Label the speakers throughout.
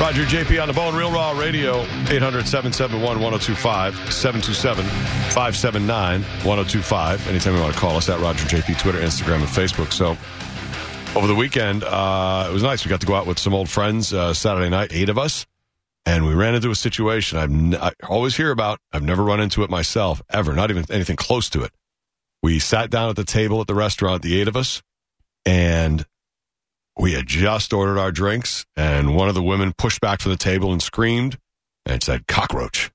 Speaker 1: Roger JP on the Bone Real Raw Radio, 800 771 1025, 727 579 1025. Anytime you want to call us at Roger JP, Twitter, Instagram, and Facebook. So over the weekend, uh, it was nice. We got to go out with some old friends uh, Saturday night, eight of us, and we ran into a situation I've n- I always hear about. I've never run into it myself, ever, not even anything close to it. We sat down at the table at the restaurant, the eight of us, and we had just ordered our drinks, and one of the women pushed back from the table and screamed and said, cockroach.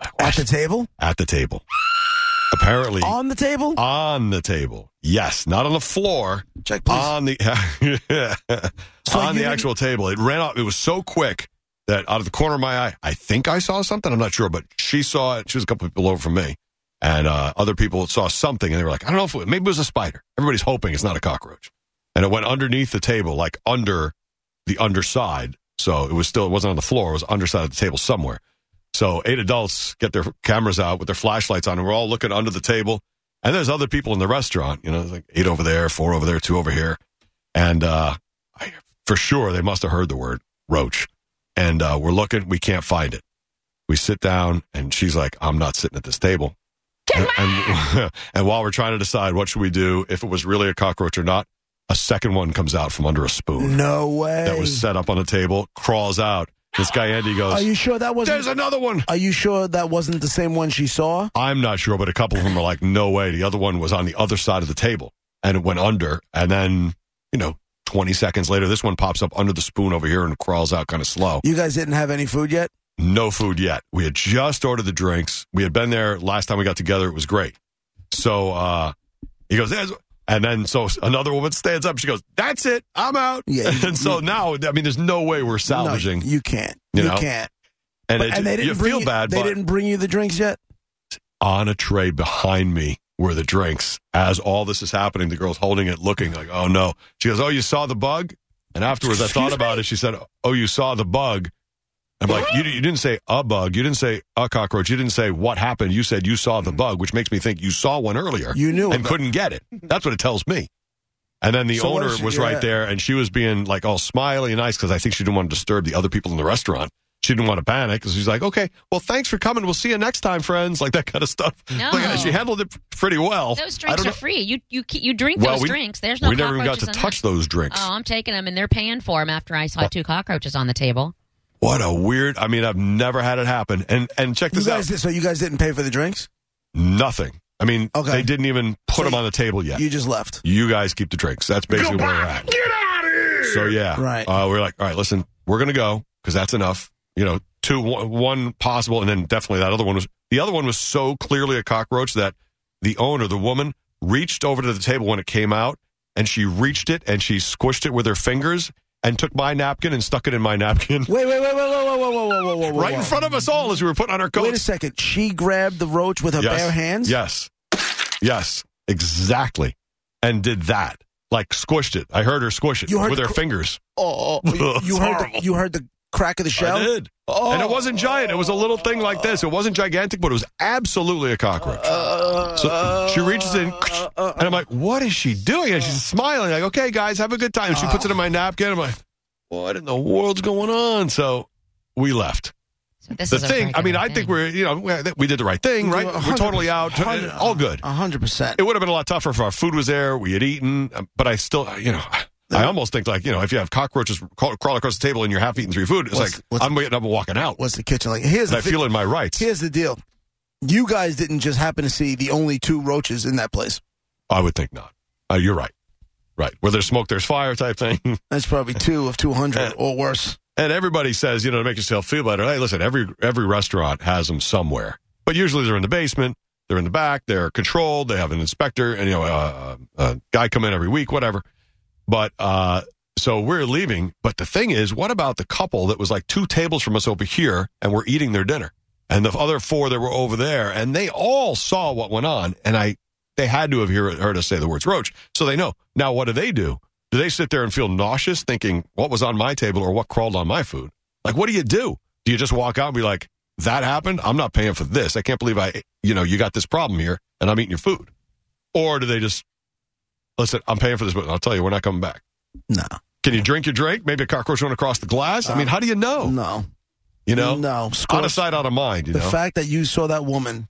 Speaker 1: I
Speaker 2: At
Speaker 1: watched
Speaker 2: the table?
Speaker 1: at the table. Apparently,
Speaker 2: On the table?
Speaker 1: on the table. Yes, not on the floor.
Speaker 2: Check, please.
Speaker 1: On the
Speaker 2: So
Speaker 1: on
Speaker 2: you
Speaker 1: the
Speaker 2: didn't-
Speaker 1: actual table. It ran off. It was so quick that out of the corner of my eye, I think I saw something. I'm not sure, but she saw it. She was a couple people over from me, and uh, other people saw something, and they were like, "I don't know if it, maybe it was a spider." Everybody's hoping it's not a cockroach, and it went underneath the table, like under the underside. So it was still it wasn't on the floor. It was underside of the table somewhere. So eight adults get their cameras out with their flashlights on, and we're all looking under the table. And there's other people in the restaurant. You know, there's like eight over there, four over there, two over here, and uh, I, for sure they must have heard the word roach. And uh, we're looking, we can't find it. We sit down, and she's like, "I'm not sitting at this table." And, and, and while we're trying to decide what should we do, if it was really a cockroach or not, a second one comes out from under a spoon
Speaker 2: No way.
Speaker 1: that was set up on the table, crawls out. This guy Andy
Speaker 2: Are
Speaker 1: goes,
Speaker 2: you sure that wasn't?
Speaker 1: "There's another one."
Speaker 2: Are you sure that wasn't the same one she saw?
Speaker 1: I'm not sure, but a couple of them are like, "No way." The other one was on the other side of the table, and it went under. And then, you know, 20 seconds later, this one pops up under the spoon over here and crawls out kind of slow.
Speaker 2: You guys didn't have any food yet?
Speaker 1: No food yet. We had just ordered the drinks. We had been there last time we got together. It was great. So uh, he goes, There's... and then so another woman stands up. She goes, "That's it. I'm out."
Speaker 2: Yeah, you-
Speaker 1: and so now, I mean, there's no way we're salvaging.
Speaker 2: No, you can't.
Speaker 1: You
Speaker 2: You,
Speaker 1: know?
Speaker 2: can't.
Speaker 1: and,
Speaker 2: But-
Speaker 1: it,
Speaker 2: and they didn't
Speaker 1: you
Speaker 2: bring
Speaker 1: feel bad.
Speaker 2: They
Speaker 1: but
Speaker 2: didn't bring you the drinks yet.
Speaker 1: on a tray behind me were the drinks. As all this is happening, the girl's holding it, looking like, oh no. She goes, oh, you saw the bug? And afterwards, I thought about it. She said, oh, you saw the bug. I'm like, you, you didn't say a bug. You didn't say a cockroach. You didn't say what happened. You said you saw the bug, which makes me think you saw one earlier
Speaker 2: You knew.
Speaker 1: and
Speaker 2: about-
Speaker 1: couldn't get it. That's what it tells me. And then the
Speaker 2: So what
Speaker 1: owner
Speaker 2: is she-
Speaker 1: was
Speaker 2: yeah.
Speaker 1: right there, and she was being like all smiley and nice because I think she didn't want to disturb the other people in the restaurant. She didn't want to panic because she's like, "Okay, well, thanks for coming. We'll see you next time, friends." Like that kind of stuff.
Speaker 3: No.
Speaker 1: Like, she handled it pretty well.
Speaker 3: Those
Speaker 1: I
Speaker 3: drinks
Speaker 1: don't
Speaker 3: are
Speaker 1: know-
Speaker 3: free. You you ke- you drink
Speaker 1: Well,
Speaker 3: those
Speaker 1: we-
Speaker 3: drinks. There's no.
Speaker 1: we never even got to
Speaker 3: cockroaches in
Speaker 1: touch
Speaker 3: them.
Speaker 1: those drinks.
Speaker 3: Oh, I'm taking them, and they're paying for them after I saw two cockroaches on the table.
Speaker 1: what a weird! I mean, I've never had it happen. And and check
Speaker 2: You
Speaker 1: this
Speaker 2: guys,
Speaker 1: out.
Speaker 2: did- so you guys didn't pay for the drinks?
Speaker 1: Nothing. I mean,
Speaker 2: Okay.
Speaker 1: they didn't even put
Speaker 2: So
Speaker 1: them on the table yet.
Speaker 2: You just left.
Speaker 1: you guys keep the drinks. That's basically where we're at. Get out of here. So yeah,
Speaker 2: Right.
Speaker 1: Uh, we're like, all right, listen, we're gonna go because that's enough. You know, two, one, one possible, and then definitely that other one was the other one was so clearly a cockroach that the owner, the woman, reached over to the table when it came out, and she reached it and she squished it with her fingers and took my napkin and stuck it in my napkin
Speaker 2: Wait, wait, wait, wait, whoa, whoa, whoa, whoa, whoa, whoa, whoa, whoa.
Speaker 1: right in front of us all as we were putting on our coats.
Speaker 2: Wait a second. She grabbed the roach with her
Speaker 1: Yes.
Speaker 2: bare hands.
Speaker 1: Yes. Yes. Exactly. And did that. Like squished it. I heard her squish it
Speaker 2: You heard
Speaker 1: with
Speaker 2: the
Speaker 1: her
Speaker 2: cr-
Speaker 1: fingers.
Speaker 2: Oh, oh, you,
Speaker 1: It's
Speaker 2: you heard.
Speaker 1: horrible.
Speaker 2: The, you heard the crack of the shell.
Speaker 1: I did.
Speaker 2: Oh.
Speaker 1: And it wasn't giant. It was a little thing like this. It wasn't gigantic, but it was absolutely a cockroach. So she reaches in, and I'm like, "What is she doing?" And she's smiling, like, "Okay, guys, have a good time." She puts it in my napkin. I'm like, "What in the world's going on?" So we left.
Speaker 3: So this
Speaker 1: The
Speaker 3: is a
Speaker 1: thing. I mean,
Speaker 3: regular
Speaker 1: I
Speaker 3: thing.
Speaker 1: think we're, you know, we- we did the right thing, right? We're totally out. All good.
Speaker 2: A hundred percent.
Speaker 1: It would have been a lot tougher if our food was there, we had eaten, um, but I still, you know, I almost think like, you know, if you have cockroaches crawl, crawl across the table and you're half eating through your food, it's
Speaker 2: What's-
Speaker 1: like,
Speaker 2: what's-
Speaker 1: I'm getting up and walking out.
Speaker 2: What's the kitchen like? Here's
Speaker 1: And
Speaker 2: the
Speaker 1: I
Speaker 2: thing.
Speaker 1: feel in my rights.
Speaker 2: Here's the deal. You guys didn't just happen to see the only two roaches in that place.
Speaker 1: I would think not. Uh, you're right. Right. Where there's smoke, there's fire type thing.
Speaker 2: That's probably two of 200 or worse.
Speaker 1: and everybody says, you know, to make yourself feel better. Hey, listen, every every restaurant has them somewhere, but usually they're in the basement, they're in the back, they're controlled, they have an inspector, and you know, a uh, uh, guy come in every week, whatever. But uh, so we're leaving. But the thing is, what about the couple that was like two tables from us over here and we're eating their dinner? And the other four that were over there, and they all saw what went on. And I, they had to have hear, heard us say the words roach. So they know. Now, what do they do? Do they sit there and feel nauseous thinking what was on my table or what crawled on my food? Like, what do you do? Do you just walk out and be like, that happened? I'm not paying for this. I can't believe I, you know, you got this problem here and I'm eating your food. Or do they just, listen, I'm paying for this, but I'll tell you, we're not coming back.
Speaker 2: No.
Speaker 1: Can you drink your drink? Maybe a cockroach went across the glass. I mean, how do you know?
Speaker 2: No.
Speaker 1: you know,
Speaker 2: No.
Speaker 1: out of
Speaker 2: Scorch-
Speaker 1: sight, out of mind. You
Speaker 2: the
Speaker 1: know,
Speaker 2: fact that you saw that woman,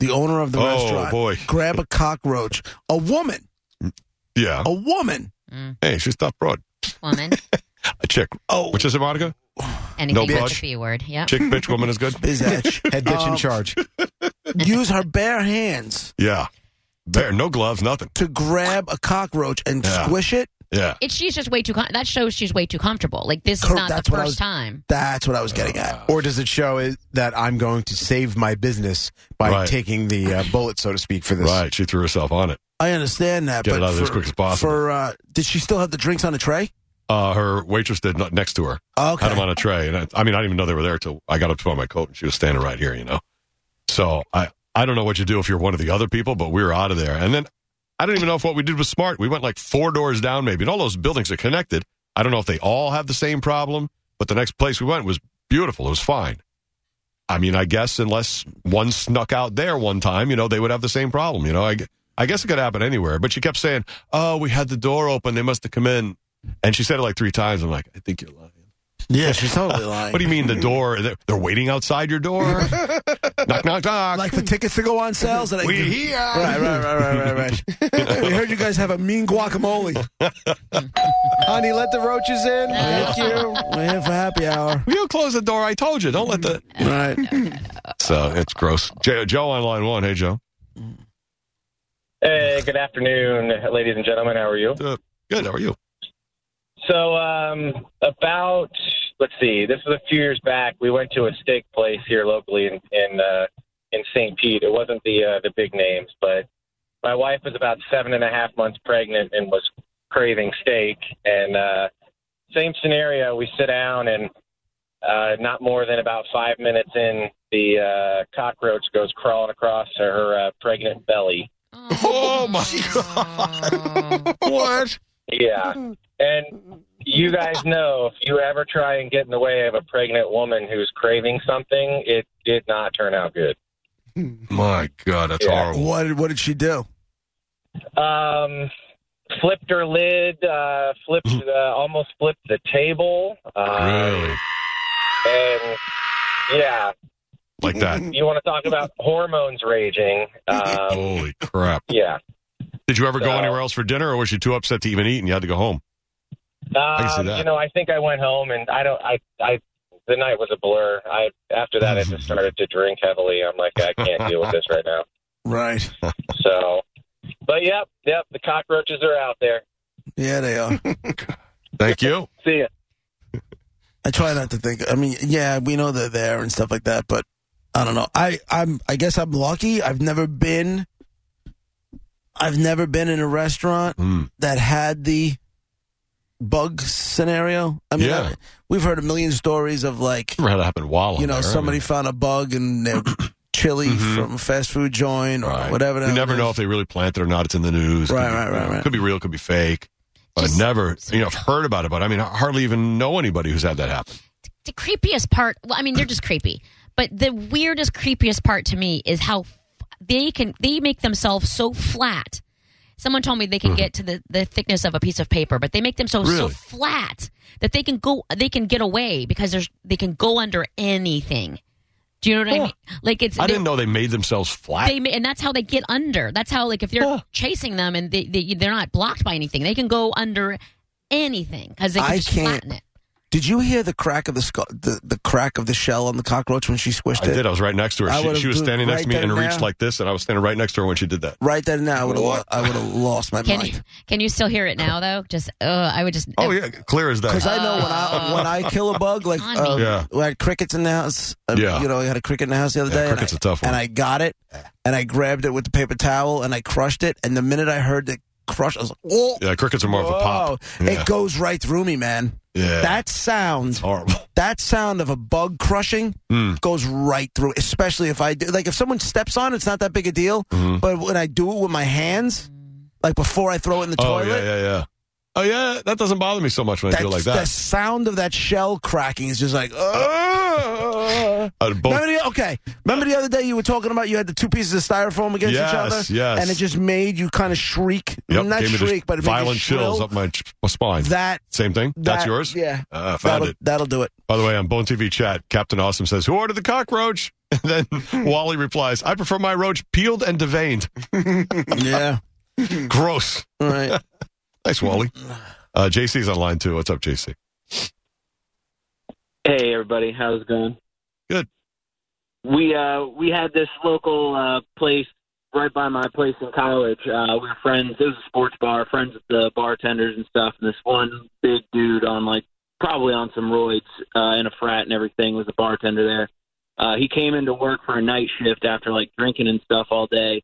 Speaker 2: the owner of the
Speaker 1: Oh,
Speaker 2: restaurant,
Speaker 1: boy.
Speaker 2: grab a cockroach. A woman.
Speaker 1: yeah.
Speaker 2: A woman.
Speaker 1: Hey, she's tough broad,
Speaker 3: Woman,
Speaker 1: a chick.
Speaker 2: Oh.
Speaker 1: which is it, Monica?
Speaker 3: anything with
Speaker 1: budge.
Speaker 3: the B word. Yep.
Speaker 1: Chick, bitch, woman is good.
Speaker 2: Is that
Speaker 4: Head bitch
Speaker 2: Um,
Speaker 4: in charge.
Speaker 2: use her bare hands
Speaker 1: Yeah, there, no gloves, nothing.
Speaker 2: to grab a cockroach and
Speaker 1: Yeah.
Speaker 2: squish it?
Speaker 1: Yeah,
Speaker 3: It's she's just way too. Com- that shows she's way too comfortable. Like this is
Speaker 2: Cor-
Speaker 3: not the
Speaker 2: that's what I
Speaker 3: first
Speaker 2: was-
Speaker 3: time.
Speaker 2: That's what I was getting at.
Speaker 4: Or does it show it, that I'm going to save my business by
Speaker 1: Right.
Speaker 4: taking the uh, bullet, so to speak, for this?
Speaker 1: right. She threw herself on it.
Speaker 2: I understand that,
Speaker 1: Get it
Speaker 2: but
Speaker 1: out of
Speaker 2: for,
Speaker 1: there as quick as possible.
Speaker 2: for uh, did she still have the drinks on the tray?
Speaker 1: Uh, her waitress did not next to her.
Speaker 2: Okay.
Speaker 1: Had them on a tray, and I, I mean, I didn't even know they were there till I got up to put on my coat, and she was standing right here. You know, so I I don't know what you do if you're one of the other people, but we were out of there. And then I don't even know if what we did was smart. We went like four doors down, maybe, and all those buildings are connected. I don't know if they all have the same problem, but the next place we went was beautiful. It was fine. I mean, I guess unless one snuck out there one time, you know, they would have the same problem. You know, I, gu- I guess it could happen anywhere. But she kept saying, "Oh, we had the door open. They must have come in." And she said it like three times. I'm like, I think you're lying.
Speaker 2: Yeah, she's totally lying.
Speaker 1: What do you mean the door? They're they're waiting outside your door. knock, knock, knock.
Speaker 2: like for tickets to go on sales? That I
Speaker 1: we
Speaker 2: can-
Speaker 1: here.
Speaker 2: Right, right, right, right, right, right. we heard you guys have a mean guacamole.
Speaker 4: Honey, let the roaches in. Thank you.
Speaker 2: We're here for happy hour.
Speaker 1: We'll close the door. I told you. Don't let the.
Speaker 2: All right.
Speaker 1: So it's gross. Joe, Joe on line one. Hey, Joe.
Speaker 5: Hey, good afternoon, ladies and gentlemen. How are you?
Speaker 1: Uh, good. How are you?
Speaker 5: So, um, about let's see, this was a few years back. We went to a steak place here locally in in, uh, in St. Pete. It wasn't the uh, the big names, but my wife was about seven and a half months pregnant and was craving steak. And uh, same scenario, we sit down and uh, not more than about five minutes in, the uh, cockroach goes crawling across her uh, pregnant belly.
Speaker 1: Oh, my
Speaker 3: Oh. god.
Speaker 1: What?
Speaker 5: Yeah. And you guys know if you ever try and get in the way of a pregnant woman who's craving something, it did not turn out good.
Speaker 1: My God, that's
Speaker 5: Yeah.
Speaker 1: horrible.
Speaker 2: What did, what did she do?
Speaker 5: Um, flipped her lid, uh, flipped
Speaker 1: Mm-hmm.
Speaker 5: the, almost flipped the table. Uh,
Speaker 1: Really?
Speaker 5: And yeah,
Speaker 1: Like that?
Speaker 5: you want to talk about hormones raging. Um,
Speaker 1: Holy crap!
Speaker 5: yeah.
Speaker 1: Did you ever go
Speaker 5: So-
Speaker 1: anywhere else for dinner, or was you too upset to even eat and you had to go home? can see
Speaker 5: Um,
Speaker 1: that.
Speaker 5: You know, I think I went home and I don't. I I the night was a blur. I after that I just started to drink heavily. I'm like, I can't deal with this right now.
Speaker 2: Right.
Speaker 5: So, but yep, yep, the cockroaches are out there.
Speaker 2: Yeah, they are.
Speaker 1: Thank you.
Speaker 5: See ya.
Speaker 2: I try not to think. I mean, yeah, we know they're there and stuff like that, but I don't know. I I'm I guess I'm lucky. I've never been. I've never been in a restaurant
Speaker 1: Mm.
Speaker 2: that had the bug scenario. I mean,
Speaker 1: Yeah.
Speaker 2: I- we've heard a million stories of like
Speaker 1: Never had it happen while I'm
Speaker 2: you know
Speaker 1: there. I
Speaker 2: somebody
Speaker 1: mean,
Speaker 2: found a bug in their chili
Speaker 1: Mhm.
Speaker 2: from a fast food joint or
Speaker 1: right.
Speaker 2: whatever.
Speaker 1: You
Speaker 2: the hell
Speaker 1: never
Speaker 2: it
Speaker 1: know
Speaker 2: is.
Speaker 1: if they really plant it or not. It's in the news. Could
Speaker 2: Right,
Speaker 1: be-
Speaker 2: right, right, right.
Speaker 1: Could be real. Could be fake. But
Speaker 3: Just-
Speaker 1: I never, you know, I've heard about it, but I mean, I hardly even know anybody who's had that happen.
Speaker 3: The creepiest part. Well, I mean, they're just creepy. But the weirdest, creepiest part to me is how f- they can. They make themselves so flat. Someone told me they can get to the, the thickness of a piece of paper, but they make themselves so
Speaker 1: Mm-hmm. Really?
Speaker 3: flat that they can go. They can get away because there's they can go under anything. Do you know what I
Speaker 1: Huh.
Speaker 3: mean? Like it's
Speaker 1: I
Speaker 3: they-
Speaker 1: didn't know they made themselves flat.
Speaker 3: they ma- and that's how they get under. That's how like if you're
Speaker 1: Huh.
Speaker 3: chasing them and they, they they're not blocked by anything, they can go under anything because they can
Speaker 2: I
Speaker 3: just
Speaker 2: can't-
Speaker 3: flatten it.
Speaker 2: Did you hear the crack of the, skull, the the crack of the shell on the cockroach when she squished
Speaker 1: I
Speaker 2: it?
Speaker 1: did. I was right next to her.
Speaker 2: I
Speaker 1: She,
Speaker 2: would've
Speaker 1: she was
Speaker 2: do-
Speaker 1: standing next
Speaker 2: right
Speaker 1: to me
Speaker 2: then
Speaker 1: and
Speaker 2: and
Speaker 1: reached
Speaker 2: there.
Speaker 1: like this, and I was standing right next to her when she did that.
Speaker 2: Right then and there, I would have lo- I would have lost my
Speaker 3: Can you,
Speaker 2: mind.
Speaker 3: can you still hear it now though? Just uh, I would just
Speaker 1: Oh yeah, clear as
Speaker 2: Because
Speaker 1: that.
Speaker 2: I know when I when I kill a bug, like
Speaker 3: On
Speaker 2: uh,
Speaker 3: me.
Speaker 1: Yeah.
Speaker 2: we had crickets in the house. Uh,
Speaker 1: Yeah.
Speaker 2: you know, we had a cricket in the house the other
Speaker 1: Yeah,
Speaker 2: day. and
Speaker 1: cricket's
Speaker 2: I-
Speaker 1: a tough one.
Speaker 2: And I got it, and I grabbed it with the paper towel, and I crushed it. And the minute I heard the crush. I was like, oh,
Speaker 1: Yeah, crickets are more of a
Speaker 2: whoa.
Speaker 1: pop. Yeah.
Speaker 2: It goes right through me, man.
Speaker 1: Yeah.
Speaker 2: That sound,
Speaker 1: Horrible. Hmm.
Speaker 2: that sound of a bug crushing goes right through. Especially if I do, like, if someone steps on, it, it's not that big a deal.
Speaker 1: Mm-hmm.
Speaker 2: But when I do it with my hands, like before I throw it in the
Speaker 1: Oh
Speaker 2: toilet,
Speaker 1: yeah, yeah, yeah. Oh yeah, that doesn't bother me so much when I do it like
Speaker 2: The
Speaker 1: that.
Speaker 2: sound of that shell cracking is just like. "Ugh."
Speaker 1: Uh, both-
Speaker 2: Remember the, okay. Remember the other day you were talking about you had the two pieces of styrofoam against
Speaker 1: Yes,
Speaker 2: each other,
Speaker 1: yes.
Speaker 2: and it just made you kind of shriek.
Speaker 1: Yep,
Speaker 2: Not
Speaker 1: gave me the
Speaker 2: shriek, but it made you
Speaker 1: violent chills
Speaker 2: shrill.
Speaker 1: up my, ch- my spine.
Speaker 2: That,
Speaker 1: Same thing.
Speaker 2: that
Speaker 1: That's yours.
Speaker 2: Yeah,
Speaker 1: Uh, I found
Speaker 2: that'll,
Speaker 1: it.
Speaker 2: that'll do it.
Speaker 1: By the way, on Bone TV chat, Captain Awesome says, "Who ordered the cockroach?" And then Wally replies, "I prefer my roach peeled and deveined."
Speaker 2: yeah,
Speaker 1: Gross.
Speaker 2: all right.
Speaker 1: Thanks, Wally. Uh, JC's online too. What's up, JC?
Speaker 6: Hey, everybody. How's it going?
Speaker 1: Good.
Speaker 6: We uh, we had this local uh, place right by my place in college. Uh, we were friends. It was a sports bar. Friends with the bartenders and stuff. And this one big dude on like probably on some roids uh, in a frat and everything was the bartender there. Uh, he came into work for a night shift after like drinking and stuff all day.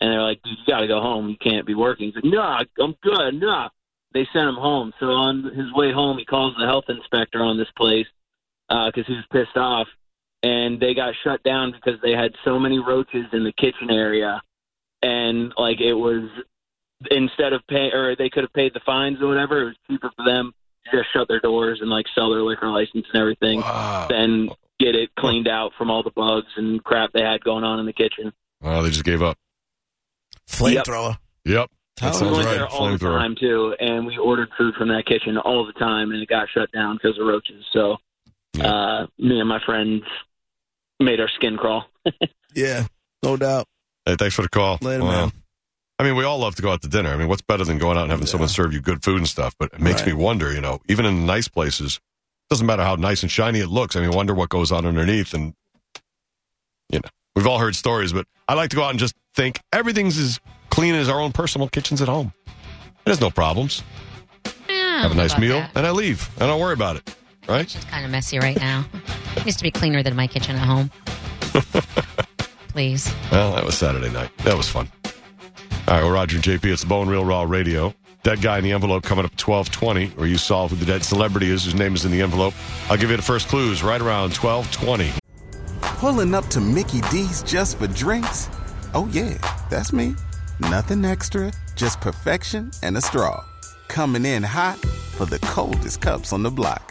Speaker 6: And they're like, dude, you got to go home. You can't be working. He's like, no, I'm good. No. They sent him home. So on his way home, he calls the health inspector on this place because he was pissed off, and they got shut down because they had so many roaches in the kitchen area, and like it was instead of pay or they could have paid the fines or whatever, it was cheaper for them to just shut their doors and like sell their liquor license and everything,
Speaker 1: Wow.
Speaker 6: then get it cleaned out from all the bugs and crap they had going on in the kitchen.
Speaker 1: Oh, they just gave up.
Speaker 2: Flamethrower.
Speaker 1: Yep. That
Speaker 2: Tell
Speaker 6: we
Speaker 1: sounds
Speaker 6: went
Speaker 1: right.
Speaker 6: there all the
Speaker 1: Flamethrower.
Speaker 6: time too, and we ordered food from that kitchen all the time, and it got shut down because of roaches. So,
Speaker 1: Yeah.
Speaker 6: uh, me and my friends made our skin crawl.
Speaker 2: Yeah, no doubt.
Speaker 1: Hey, Uh, thanks for the call.
Speaker 2: Later,
Speaker 1: Wow.
Speaker 2: man.
Speaker 1: I mean, we all love to go out to dinner. I mean, what's better than going out and having someone serve you good food and stuff? But it makes
Speaker 2: Right.
Speaker 1: me wonder, you know, even in nice places, doesn't matter how nice and shiny it looks. I mean, wonder what goes on underneath. And, you know, we've all heard stories, but I like to go out and just think everything's as clean as our own personal kitchens at home. There's no problems.
Speaker 3: Yeah,
Speaker 1: Have a nice
Speaker 3: about
Speaker 1: meal,
Speaker 3: that.
Speaker 1: and I leave. I don't worry about it. Right?
Speaker 3: It's kind of messy right now. It needs to be cleaner than my kitchen at home. Please.
Speaker 1: Well, that was Saturday night. That was fun. All right, well, Roger and JP, it's the Bone Real Raw Radio. Dead guy in the envelope coming up at 1220, where you solve who the dead celebrity is whose name is in the envelope. I'll give you the first clues right around 1220.
Speaker 7: Pulling up to Mickey D's just for drinks? Oh, yeah, that's me. Nothing extra, just perfection and a straw. Coming in hot for the coldest cups on the block.